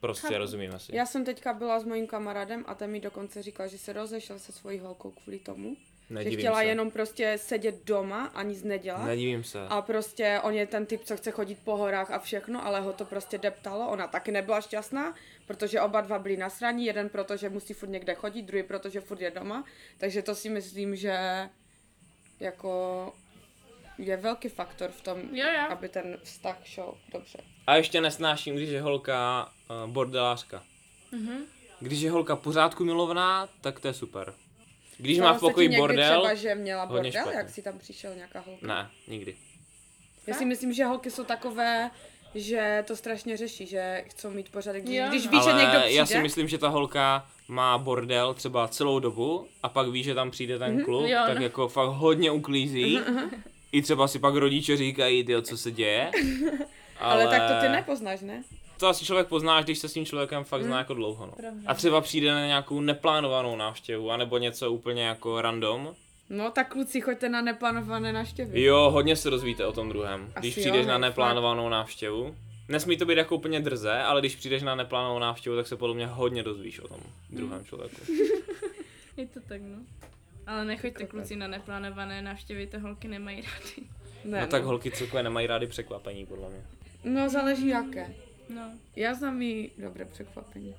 Speaker 1: prostě
Speaker 3: Chápu.
Speaker 1: rozumíme si.
Speaker 2: Já jsem teďka byla s mojím kamarádem a ten mi dokonce říkal, že se rozešel se svojí holkou kvůli tomu, že
Speaker 1: Nedivím
Speaker 2: chtěla
Speaker 1: se.
Speaker 2: jenom prostě sedět doma a nic nedělat.
Speaker 1: Nedivím se.
Speaker 2: A prostě on je ten typ, co chce chodit po horách a všechno, ale ho to prostě deptalo. Ona taky nebyla šťastná, protože oba dva byli nasraní. Jeden proto, že musí furt někde chodit, druhý proto, že furt je doma. Takže to si myslím, že jako je velký faktor v tom,
Speaker 3: Jo, jo.
Speaker 2: aby ten vztah šel dobře.
Speaker 1: A ještě nesnáším, když je holka uh, bordelářka. Mm-hmm.
Speaker 2: Mhm.
Speaker 1: Když je holka pořádku milovná, tak to je super. Když má
Speaker 2: Stalo
Speaker 1: v
Speaker 2: se ti
Speaker 1: pokoji
Speaker 2: někdy
Speaker 1: bordel,
Speaker 2: Třeba, že měla
Speaker 1: hodně
Speaker 2: bordel,
Speaker 1: špatně.
Speaker 2: jak si tam přišel nějaká holka.
Speaker 1: ne, nikdy.
Speaker 2: Já si myslím, že holky jsou takové, že to strašně řeší, že chcou mít pořádek. Když,
Speaker 3: Jo,
Speaker 2: když
Speaker 3: no.
Speaker 2: víš, že
Speaker 1: Ale
Speaker 2: někdo přijde.
Speaker 1: já si myslím, že ta holka má bordel třeba celou dobu a pak ví, že tam přijde ten
Speaker 2: Mhm,
Speaker 1: kluk,
Speaker 3: Jo,
Speaker 1: tak
Speaker 3: no.
Speaker 1: jako fakt hodně uklízí. I třeba si pak rodiče říkají, tyjo, co se děje.
Speaker 2: ale... ale tak to ty nepoznáš, ne?
Speaker 1: To asi člověk pozná, až když se s tím člověkem fakt
Speaker 2: Mm.
Speaker 1: zná jako dlouho. No. A třeba přijde na nějakou neplánovanou návštěvu, anebo něco úplně jako random.
Speaker 2: No tak kluci, choďte na neplánované návštěvy.
Speaker 1: Jo, hodně se dozvíte o tom druhém.
Speaker 2: Asi
Speaker 1: Když
Speaker 2: jo,
Speaker 1: přijdeš na
Speaker 2: no,
Speaker 1: neplánovanou návštěvu, nesmí to být jako úplně drze, ale když přijdeš na neplánovanou návštěvu, tak se podle mě hodně dozvíš o tom
Speaker 2: Mm.
Speaker 1: druhém člověku.
Speaker 3: Je to tak, no. Ale nechoďte kluci na neplánované návštěvy, to holky nemají rády.
Speaker 2: Ne,
Speaker 1: No tak holky celkově nemají rády překvapení, podle mě.
Speaker 2: no záleží jaké.
Speaker 3: No,
Speaker 2: Já znám i dobré překvapení.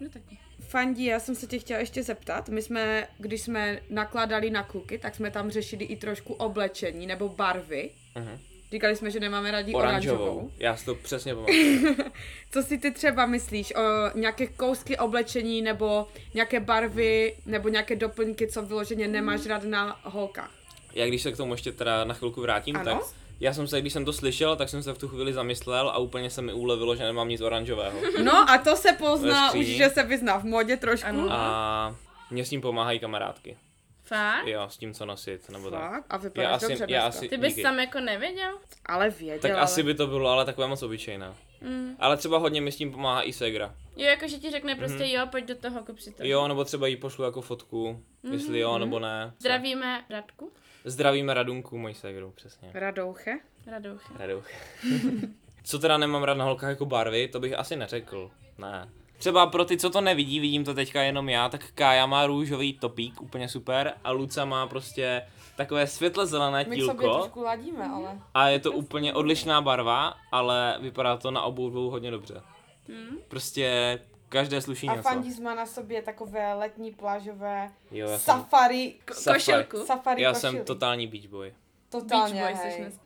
Speaker 3: no tak.
Speaker 2: Fandí, já jsem se tě chtěla ještě zeptat. My jsme, když jsme nakládali na kluky, tak jsme tam řešili i trošku oblečení nebo barvy.
Speaker 1: Mhm.
Speaker 2: Říkali jsme, že nemáme rádi
Speaker 1: Oranžovou.
Speaker 2: oranžovou. oranžovou.
Speaker 1: Já si to přesně pamatuju.
Speaker 2: Co si ty třeba myslíš o nějaké kousky oblečení nebo nějaké barvy nebo nějaké doplňky, co vyloženě nemáš rád na holkách?
Speaker 1: Já když se k tomu ještě teda na chvilku vrátím,
Speaker 2: Ano?
Speaker 1: tak já jsem se, když jsem to slyšel, tak jsem se v tu chvíli zamyslel a úplně se mi ulevilo, že nemám nic oranžového.
Speaker 2: No a to se pozná
Speaker 1: Ve
Speaker 2: už,
Speaker 1: skříni.
Speaker 2: že se vyzná v modě trošku.
Speaker 3: Ano.
Speaker 1: A mě s tím pomáhají kamarádky.
Speaker 3: Fakt?
Speaker 1: Jo, s tím, co nosit, nebo tak.
Speaker 2: Fakt? A
Speaker 1: Já
Speaker 2: vypadáš
Speaker 1: asi,
Speaker 2: dobře
Speaker 1: já
Speaker 2: dneska.
Speaker 1: asi,
Speaker 3: Ty bys
Speaker 1: díky.
Speaker 3: tam jako nevěděl?
Speaker 2: Ale věděl.
Speaker 1: Tak
Speaker 2: ale...
Speaker 1: asi by to bylo, ale takové moc obyčejné.
Speaker 3: Mm.
Speaker 1: Ale třeba hodně mi s tím pomáhá i Segra.
Speaker 3: Jo, jako že ti řekne prostě jo, pojď do toho, kopři to.
Speaker 1: Mhm. Jo, nebo třeba jí pošlu jako fotku,
Speaker 2: Mm-hmm.
Speaker 1: jestli jo nebo ne.
Speaker 3: Zdravíme Radku,
Speaker 1: Zdravíme Radunku, moji Segru, přesně.
Speaker 2: Radouche?
Speaker 3: Radouche.
Speaker 1: Raduch. co teda nemám rád na holkách jako barvy, to bych asi neřekl. Ne. Třeba pro ty, co to nevidí, vidím to teďka jenom já, tak Kája má růžový topík, úplně super, a Luca má prostě takové světle zelené
Speaker 2: My k sobě
Speaker 1: tílko
Speaker 2: trošku ladíme, ale...
Speaker 1: a je to úplně odlišná barva, ale vypadá to na obou dvou hodně dobře. Prostě každé sluší
Speaker 2: A
Speaker 1: něco.
Speaker 2: Fandis má na sobě takové letní plážové
Speaker 1: Jo, já jsem-
Speaker 2: safari,
Speaker 1: Safari.
Speaker 3: košilku.
Speaker 2: safari
Speaker 1: Já
Speaker 2: košili.
Speaker 1: jsem totální beach boy.
Speaker 3: Beach
Speaker 2: totálně,
Speaker 3: Boy
Speaker 2: hej.
Speaker 3: seš dnes.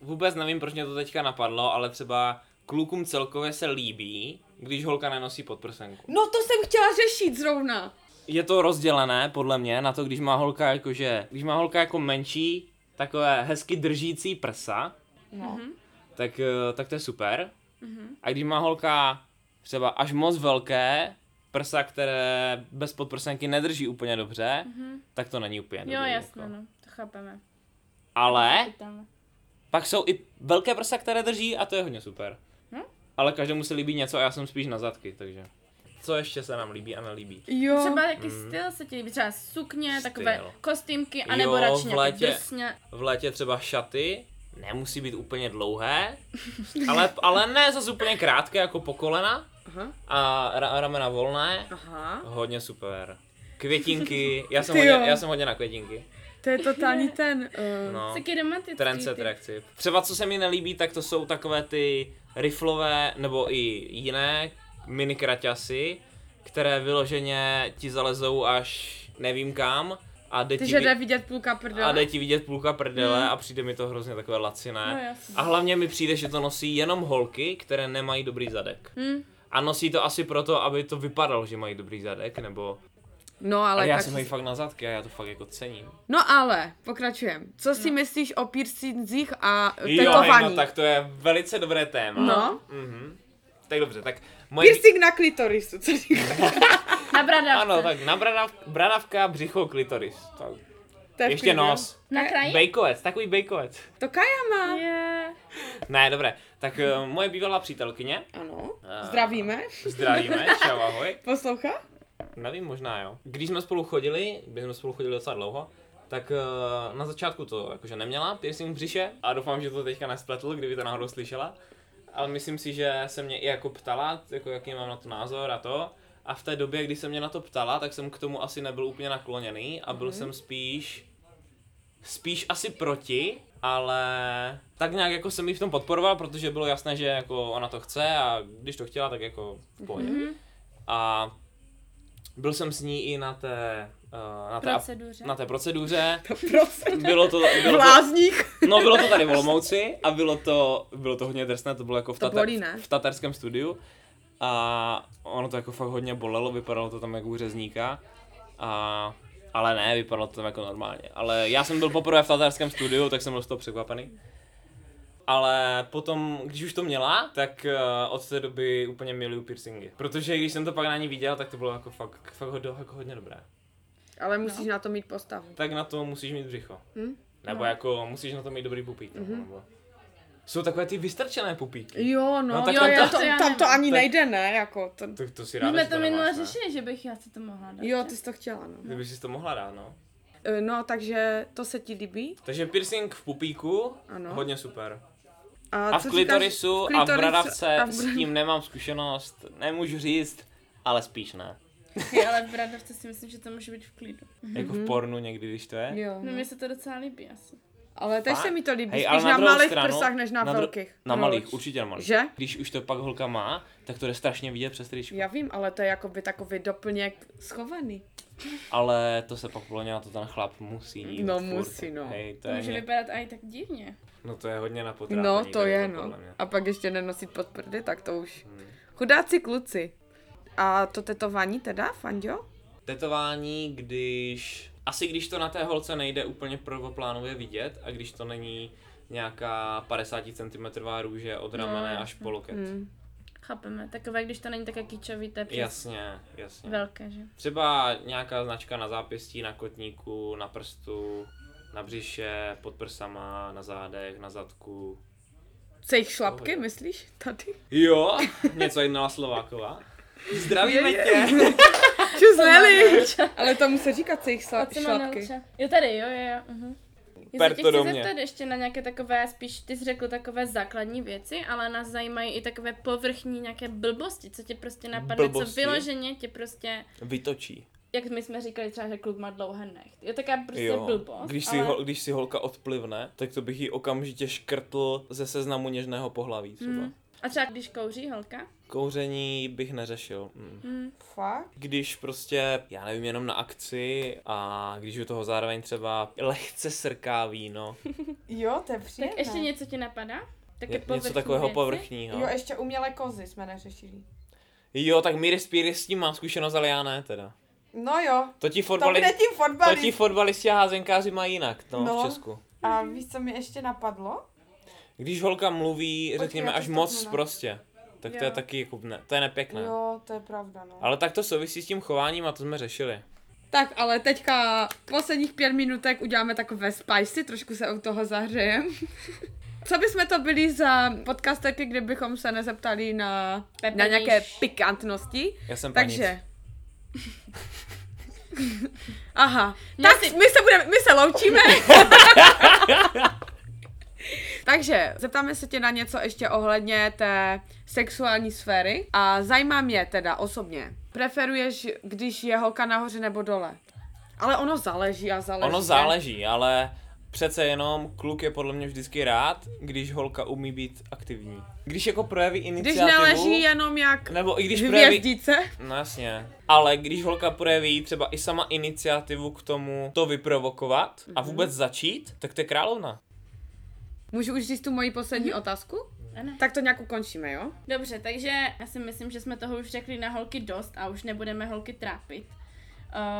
Speaker 1: Vůbec nevím, proč mě to teďka napadlo, ale třeba klukům celkově se líbí, když holka nenosí podprsenku.
Speaker 2: No to jsem chtěla řešit zrovna.
Speaker 1: Je to rozdělené, podle mě, na to, když má holka jakože, když má holka jako menší, takové hezky držící prsa,
Speaker 2: No.
Speaker 3: Mhm.
Speaker 1: tak, eh, tak to je super. A když má holka třeba až moc velké, prsa, které bez podprsenky nedrží úplně dobře, tak to není úplně
Speaker 3: Mhm. Jo,
Speaker 1: dobrý,
Speaker 3: jasně,
Speaker 1: jako.
Speaker 3: no, to chápeme.
Speaker 1: Ale
Speaker 3: Tam.
Speaker 1: Pak jsou i velké prsa, které drží a to je hodně super.
Speaker 3: Hm?
Speaker 1: Ale každému se líbí něco a já jsem spíš na zadky, takže. Co ještě se nám líbí a nelíbí?
Speaker 2: Jo.
Speaker 3: Třeba jaký styl se ti líbí, třeba sukně,
Speaker 1: Mhm. Styl.
Speaker 3: takové kostýmky,
Speaker 1: Jo,
Speaker 3: anebo
Speaker 1: v
Speaker 3: radši
Speaker 1: létě.
Speaker 3: nějaké drsně.
Speaker 1: V létě třeba šaty, nemusí být úplně dlouhé, ale, ale ne zase úplně krátké jako po kolena
Speaker 2: Aha.
Speaker 1: a ra- ramena volné,
Speaker 2: Aha.
Speaker 1: hodně super. Květinky, já jsem,
Speaker 2: Ty
Speaker 1: hodně,
Speaker 2: jo.
Speaker 1: já jsem hodně na květinky.
Speaker 2: To je totální ten... Uh, no.
Speaker 1: No.
Speaker 3: Taky romantický.
Speaker 1: Trendset
Speaker 3: typ.
Speaker 1: reakci. Třeba co se mi nelíbí, tak to jsou takové ty riflové nebo i jiné mini kraťasy, které vyloženě ti zalezou až nevím kam a jde
Speaker 2: Ty,
Speaker 1: ti
Speaker 2: že
Speaker 1: vy-
Speaker 2: jde vidět Hmm. půlka prdele.
Speaker 1: a jde ti vidět půlka prdele a přijde mi to hrozně takové
Speaker 3: No
Speaker 1: laciné.
Speaker 3: jasně.
Speaker 1: a hlavně mi přijde, že to nosí jenom holky, které nemají dobrý zadek.
Speaker 2: Hmm.
Speaker 1: A nosí to asi proto, aby to vypadalo, že mají dobrý zadek, nebo...
Speaker 2: No ale,
Speaker 1: Ale já
Speaker 2: tak...
Speaker 1: jsem mají fakt na zadky a já to fakt jako cením.
Speaker 2: No ale, pokračujem. Co si myslíš o piercingích a eh,
Speaker 1: Jo, hej,
Speaker 2: tetování?
Speaker 1: no tak to je velice dobré téma.
Speaker 2: No.
Speaker 1: Mhm. Tak dobře, tak moje...
Speaker 2: Piercing na klitorisu, co říkáš?
Speaker 3: Na bradavce.
Speaker 1: Ano, tak na bradav... bradavka, břicho, klitoris. Tak.
Speaker 2: To je
Speaker 1: Ještě
Speaker 2: prdel.
Speaker 1: nos.
Speaker 3: Na kraji?
Speaker 1: Bejkovec, takový bejkovec.
Speaker 2: To Kaja má.
Speaker 3: Je.
Speaker 1: Ne, dobré, tak eh, moje bývalá přítelkyně,
Speaker 2: Ano,
Speaker 1: A-
Speaker 2: zdravíme.
Speaker 1: zdravíme, čau, ahoj.
Speaker 2: Poslouchá?
Speaker 1: Nevím, možná jo. Když jsme spolu chodili, když jsme spolu chodili docela dlouho, tak eh, na začátku to jakože neměla piercing v břiše a doufám, že to teďka nespletl, kdyby to náhodou slyšela. Ale myslím si, že se mě i jako ptala, jako jaký mám na to názor a to. A v té době, kdy se mě na to ptala, tak jsem k tomu asi nebyl úplně nakloněný a byl jsem spíš spíš asi proti, ale tak nějak jako jsem ji v tom podporoval, protože bylo jasné, že jako ona to chce a když to chtěla, tak jako v pohodě. A byl jsem s ní i na té, eh, na té,
Speaker 3: Proceduře.
Speaker 1: na té proceduře.
Speaker 2: Prosím.
Speaker 1: Bylo to, bylo to,
Speaker 2: Blázník.
Speaker 1: no bylo to tady v Olomouci a bylo to, bylo to hodně drsné, to bylo jako v,
Speaker 2: To bolí, ne?
Speaker 1: v tatarském studiu. A ono to jako fakt hodně bolelo, vypadalo to tam jako u řezníka. A, ale ne, vypadalo to tam jako normálně. Ale já jsem byl poprvé v tatarském studiu, tak jsem byl z toho překvapený. Ale potom, když už to měla, tak eh, od té doby úplně miluju piercingy. Protože když jsem to pak na ní viděl, tak to bylo jako fakt, fakt hodně, jako hodně dobré.
Speaker 2: Ale musíš na to mít postavu.
Speaker 1: Tak na to musíš mít břicho.
Speaker 2: Hm? Mhm.
Speaker 1: Nebo no. jako musíš na to mít dobrý pupík. Mm-hmm. Nebo... Jsou takové ty vystrčené pupíky.
Speaker 2: Jo, no,
Speaker 1: No,
Speaker 2: no
Speaker 1: tak
Speaker 2: jo,
Speaker 1: tam
Speaker 2: jo,
Speaker 1: to-
Speaker 2: to,
Speaker 3: to já
Speaker 2: tam to
Speaker 3: nevím.
Speaker 2: ani
Speaker 1: Tak-
Speaker 2: nejde, ne, jako to...
Speaker 1: To, to si
Speaker 3: My
Speaker 1: ráda,
Speaker 3: jsme
Speaker 1: že
Speaker 3: to minule
Speaker 1: nemáš, ne?
Speaker 3: řešili, že bych já si to mohla dát.
Speaker 2: Jo, ty jsi to chtěla, no.
Speaker 1: Kdyby si to mohla dát, no.
Speaker 2: Eh, No, takže to se ti líbí.
Speaker 1: Takže piercing v pupíku,
Speaker 2: Ano.
Speaker 1: hodně super. A
Speaker 2: A,
Speaker 1: v
Speaker 2: co
Speaker 1: klitorisu
Speaker 2: říkáš?
Speaker 1: a v bradavce
Speaker 2: a v
Speaker 1: s
Speaker 2: bra-
Speaker 1: tím nemám zkušenost, nemůžu říct, ale spíš ne.
Speaker 3: Ty, ale v bradavce si myslím, že to může být v klidu.
Speaker 1: Jako v pornu někdy, když to je.
Speaker 2: Mhm. Jo,
Speaker 3: No
Speaker 2: no.
Speaker 3: mně se to docela líbí asi.
Speaker 2: Ale teď
Speaker 1: Fakt?
Speaker 2: se mi to líbí,
Speaker 1: Hej,
Speaker 2: spíš
Speaker 1: ale
Speaker 2: na,
Speaker 1: druhou
Speaker 2: malých
Speaker 1: stranu-
Speaker 2: prsách, než na,
Speaker 1: dru-
Speaker 2: velkých.
Speaker 1: Na
Speaker 2: Proč?
Speaker 1: malých, určitě na malých.
Speaker 2: No, Že?
Speaker 1: Když už to pak holka má, tak to jde strašně vidět přes tričko.
Speaker 2: Já vím, ale to je jakoby takový doplněk schovaný.
Speaker 1: Ale to se pak podle mě na to ten chlap musí. jít
Speaker 2: No,
Speaker 1: furt.
Speaker 2: musí, no.
Speaker 1: Hej, to
Speaker 3: To
Speaker 1: je
Speaker 3: může
Speaker 1: ně-
Speaker 3: vypadat i tak divně.
Speaker 1: No to je hodně na potrápení.
Speaker 2: No, to
Speaker 1: tady
Speaker 2: je,
Speaker 1: podle
Speaker 2: no.
Speaker 1: mě. Hmm.
Speaker 2: A pak ještě nenosit pod prdy, tak to už. Chudáci kluci. A to tetování teda, Fandio?
Speaker 1: Tetování, když... Asi když to na té holce nejde úplně prvoplánově vidět a když to není nějaká 50 cm růže
Speaker 2: No,
Speaker 1: od ramene
Speaker 3: jasně.
Speaker 1: až po loket.
Speaker 2: Hmm.
Speaker 3: Chápeme. Takové, když to není tak kýčový, to je přes
Speaker 1: Jasně, jasně.
Speaker 3: velké, že?
Speaker 1: Třeba nějaká značka na zápěstí, na kotníku, na prstu, na břiše, pod prsama, na zádech, na zadku.
Speaker 2: Se jich šlapky,
Speaker 1: Pohoda.
Speaker 2: myslíš? Tady?
Speaker 1: Jo, něco jednala Slováková. Zdravíme tě!
Speaker 2: Čus, Leli! Ale tomu se říká, se jich
Speaker 3: A
Speaker 2: šla-
Speaker 3: co má
Speaker 2: šlapky.
Speaker 3: Nelča? Jo, tady, jo, jo, jo. Uh-huh. Já
Speaker 1: Ber
Speaker 3: se tě
Speaker 1: to do
Speaker 3: chci
Speaker 1: mě.
Speaker 3: zeptat ještě na nějaké takové, spíš ty jsi řekl takové základní věci, ale nás zajímají i takové povrchní nějaké blbosti, co tě prostě napadne,
Speaker 1: Blbosti?
Speaker 3: co vyloženě tě prostě,
Speaker 1: Vytočí.
Speaker 3: jak my jsme říkali třeba, že kluk má dlouhé nechty. Jo, taká prostě
Speaker 1: Jo.
Speaker 3: blbost.
Speaker 1: Když, si
Speaker 3: ale...
Speaker 1: ale... hol, když si holka odplivne, tak to bych ji okamžitě škrtl ze seznamu něžného pohlaví třeba. Mm.
Speaker 3: A třeba když kouří holka,
Speaker 1: Kouření bych neřešil.
Speaker 3: Hmm.
Speaker 1: Mm.
Speaker 2: Fakt?
Speaker 1: Když prostě, já nevím, jenom na akci a když u toho zároveň třeba lehce srká víno,
Speaker 2: Jo, to je
Speaker 3: tak
Speaker 2: příjemné.
Speaker 3: je ještě něco ti napadá? Také
Speaker 1: ně, něco
Speaker 3: povrchní
Speaker 1: takového
Speaker 3: věci?
Speaker 1: povrchního. Jo,
Speaker 2: ještě umělé kozy jsme neřešili.
Speaker 1: jo tak Miri Spiris s tím mám zkušenost, ale já ne teda.
Speaker 2: No jo,
Speaker 1: To ti fotbalisti,
Speaker 2: tím
Speaker 1: to ti fotbalisti a házenkáři mají jinak, no, no.
Speaker 2: No.
Speaker 1: v Česku.
Speaker 2: A víš, co mi ještě napadlo?
Speaker 1: Když holka mluví, řekněme,
Speaker 2: já to
Speaker 1: až moc
Speaker 2: stopnu, ne?
Speaker 1: prostě, tak to je
Speaker 3: no. Jo.
Speaker 1: taky jako, ne, to je nepěkné.
Speaker 2: Jo, to je pravda, no.
Speaker 1: Ale tak to souvisí s tím chováním a to jsme řešili.
Speaker 2: Tak, ale teďka posledních pět minutek uděláme takové spicy, trošku se u toho zahřejem. Co by jsme to byli za podcasteky, kdybychom se nezeptali na,
Speaker 3: Pepe
Speaker 2: na nějaké
Speaker 3: Níž.
Speaker 2: pikantnosti?
Speaker 1: Já jsem
Speaker 2: Takže... Aha,
Speaker 3: Mě
Speaker 2: tak
Speaker 3: si-
Speaker 2: my se, budeme, my se loučíme. Takže zeptáme se tě na něco ještě ohledně té sexuální sféry a zajímá mě teda osobně. Preferuješ, když je holka nahoře nebo dole? Ale ono záleží a záleží.
Speaker 1: Ono záleží, ale přece jenom kluk je podle mě vždycky rád, když holka umí být aktivní. Když jako projeví
Speaker 2: Když
Speaker 1: iniciativu,
Speaker 2: neleží jenom jak
Speaker 1: nebo i když projeví,
Speaker 2: hvězdice.
Speaker 1: no jasně, ale když holka projeví třeba i sama iniciativu k tomu to vyprovokovat a
Speaker 2: Mhm.
Speaker 1: vůbec začít, tak to je královna.
Speaker 2: Můžu už říct tu moji poslední otázku?
Speaker 3: Ano.
Speaker 2: Tak to nějak ukončíme, jo?
Speaker 3: Dobře, takže já si myslím, že jsme toho už řekli na holky dost a už nebudeme holky trápit.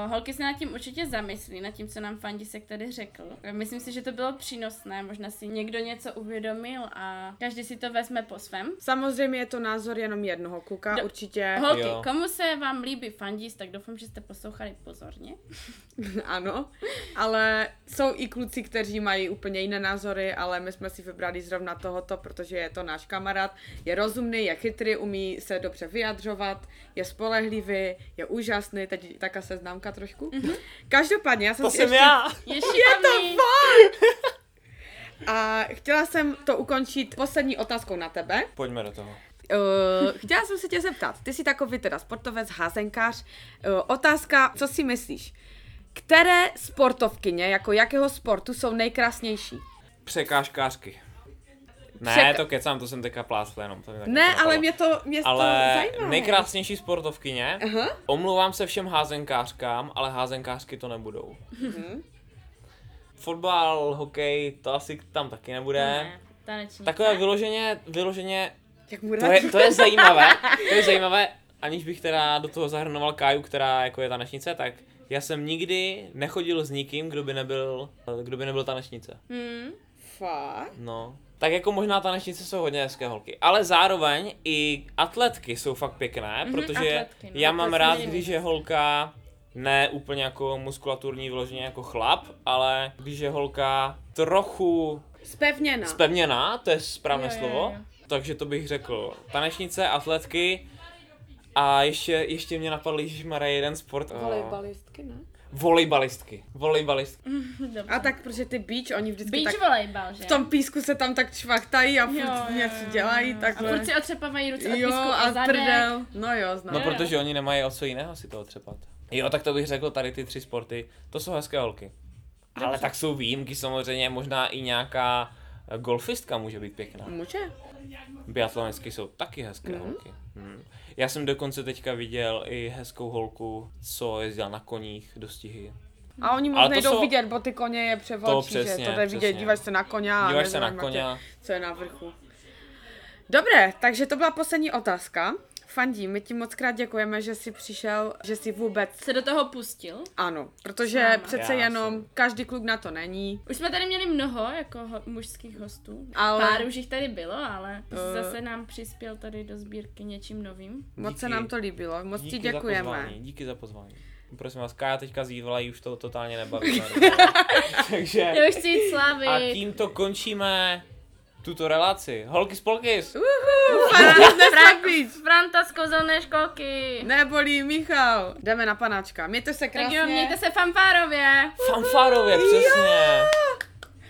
Speaker 3: Uh, holky se nad tím určitě zamyslí, nad tím, co nám fandisek tady řekl. Myslím si, že to bylo přínosné, možná si někdo něco uvědomil a každý si to vezme po svém.
Speaker 2: Samozřejmě je to názor jenom jednoho kluka,
Speaker 3: Do-
Speaker 2: určitě.
Speaker 3: Holky,
Speaker 1: Jo.
Speaker 3: komu se vám líbí fandis, tak doufám, že jste poslouchali pozorně.
Speaker 2: Ano, ale jsou i kluci, kteří mají úplně jiné názory, ale my jsme si vybrali zrovna tohoto, protože je to náš kamarád, je rozumný, je chytrý, umí se dobře vyjadřovat, je spolehlivý, je úžasný, teď taká seznámka trošku. Mm-hmm. Každopádně, já jsem
Speaker 1: To
Speaker 2: si
Speaker 1: jsem
Speaker 2: ještě...
Speaker 1: já!
Speaker 3: Je, šikovný.
Speaker 2: A chtěla jsem to ukončit poslední otázkou na tebe.
Speaker 1: Pojďme do toho.
Speaker 2: Uh, chtěla jsem se tě zeptat, ty jsi takový teda sportovec, házenkář. Uh, otázka, co si myslíš? Které sportovkyně, jako jakého sportu, jsou nejkrásnější?
Speaker 1: Překážkářky. Ne,
Speaker 2: Přek-
Speaker 1: to kecám, to jsem teďka plácl jenom. To mi tak
Speaker 2: Ne,
Speaker 1: napadlo.
Speaker 2: ale mě to, mě
Speaker 1: Jako-
Speaker 2: to
Speaker 1: Ale
Speaker 2: zajímá.
Speaker 1: nejkrásnější sportovkyně.
Speaker 2: Aha.
Speaker 1: Omlouvám se všem házenkářkám, ale házenkářky to nebudou.
Speaker 2: Mhm.
Speaker 1: Fotbal, hokej, to asi tam taky nebude.
Speaker 2: Mhm.
Speaker 3: Ne, tanečnice.
Speaker 1: Takové vyloženě, vyloženě,
Speaker 2: Jak mu
Speaker 1: to je, to je zajímavé, to je zajímavé, aniž bych teda do toho zahrnoval Káju, která jako je tanečnice, tak já jsem nikdy nechodil s nikým, kdo by nebyl, kdo by nebyl tanečnice.
Speaker 3: Hmm.
Speaker 2: Fakt?
Speaker 1: No. Tak jako možná tanečnice jsou hodně hezké holky, ale zároveň i atletky jsou fakt pěkné, mm-hmm, protože
Speaker 3: atletky, no,
Speaker 1: já
Speaker 3: to
Speaker 1: mám
Speaker 3: jsem
Speaker 1: rád,
Speaker 3: viděla.
Speaker 1: když je holka ne úplně jako muskulaturní vloženě jako chlap, ale když je holka trochu
Speaker 2: Spevněna.
Speaker 1: spevněná, to je správné
Speaker 3: Jo, jo,
Speaker 1: slovo,
Speaker 3: jo.
Speaker 1: takže to bych řekl tanečnice, atletky a ještě, ještě mě napadl, Ježíš jeden sport. eh,
Speaker 2: Volejbalistky, ne?
Speaker 1: Volejbalistky. Volejbalistky.
Speaker 2: A tak, protože ty beach, vlastně. oni vždycky
Speaker 3: Beach
Speaker 2: tak
Speaker 3: volejbal, že?
Speaker 2: v tom písku se tam tak čvachtají a furt
Speaker 3: Jo, jo,
Speaker 2: něco
Speaker 3: jo,
Speaker 2: dělají,
Speaker 3: jo.
Speaker 2: takhle.
Speaker 3: A furt si otřepávají ruce od
Speaker 2: jo,
Speaker 3: písku a,
Speaker 2: a
Speaker 3: zadek.
Speaker 2: prdel. No jo, znám.
Speaker 1: No,
Speaker 3: Jo, jo.
Speaker 1: protože oni nemají o co jiného si to otřepat. Jo, tak to bych řekl, tady ty tři sporty, to jsou hezké holky. Ale tak jsou výjimky samozřejmě, možná i nějaká eh, golfistka může být pěkná.
Speaker 2: Může?
Speaker 1: Biatlonistky jsou taky hezké
Speaker 2: Mhm.
Speaker 1: mm. holky. Mm. Já jsem dokonce teďka viděl i hezkou holku, co jezdila na koních do stihy.
Speaker 2: A oni
Speaker 1: Ale
Speaker 2: moc
Speaker 1: to
Speaker 2: nejdou
Speaker 1: jsou-
Speaker 2: vidět, bo ty koně je převlečí,
Speaker 1: přesně,
Speaker 2: že to jde vidět,
Speaker 1: přesně.
Speaker 2: díváš se na koně a
Speaker 1: Díváš se na
Speaker 2: nezajímá tě,
Speaker 1: koně.
Speaker 2: co je na vrchu. Dobré, takže to byla poslední otázka. Fandí, my ti moc krát děkujeme, že jsi přišel, že jsi vůbec
Speaker 3: Se do toho pustil.
Speaker 2: ano, protože
Speaker 3: Sama.
Speaker 2: přece
Speaker 1: Já
Speaker 2: jenom
Speaker 1: jsem-
Speaker 2: každý kluk na to není.
Speaker 3: Už jsme tady měli mnoho jako ho- mužských hostů.
Speaker 2: Ale-
Speaker 3: Ale... Pár už jich tady bylo, ale
Speaker 2: Eh.
Speaker 3: zase nám přispěl tady do sbírky něčím novým.
Speaker 2: Moc se
Speaker 1: Díky.
Speaker 2: nám to líbilo, moc ti děkujeme.
Speaker 1: Za pozvání, díky za pozvání. Prosím vás, Kája teďka zývala, jí už to totálně nebaví. Takže...
Speaker 3: Já už chci jít slávy.
Speaker 1: A tímto končíme tuto relaci. Holky spolkys!
Speaker 2: Uhu, Farád neslabíš,
Speaker 3: Franta z kouzelné školky.
Speaker 2: nebolí Michal. Jdeme na panáčka, mějte se
Speaker 3: tak
Speaker 2: krásně.
Speaker 3: jo, mějte se fanfárově.
Speaker 1: Fanfárově, přesně!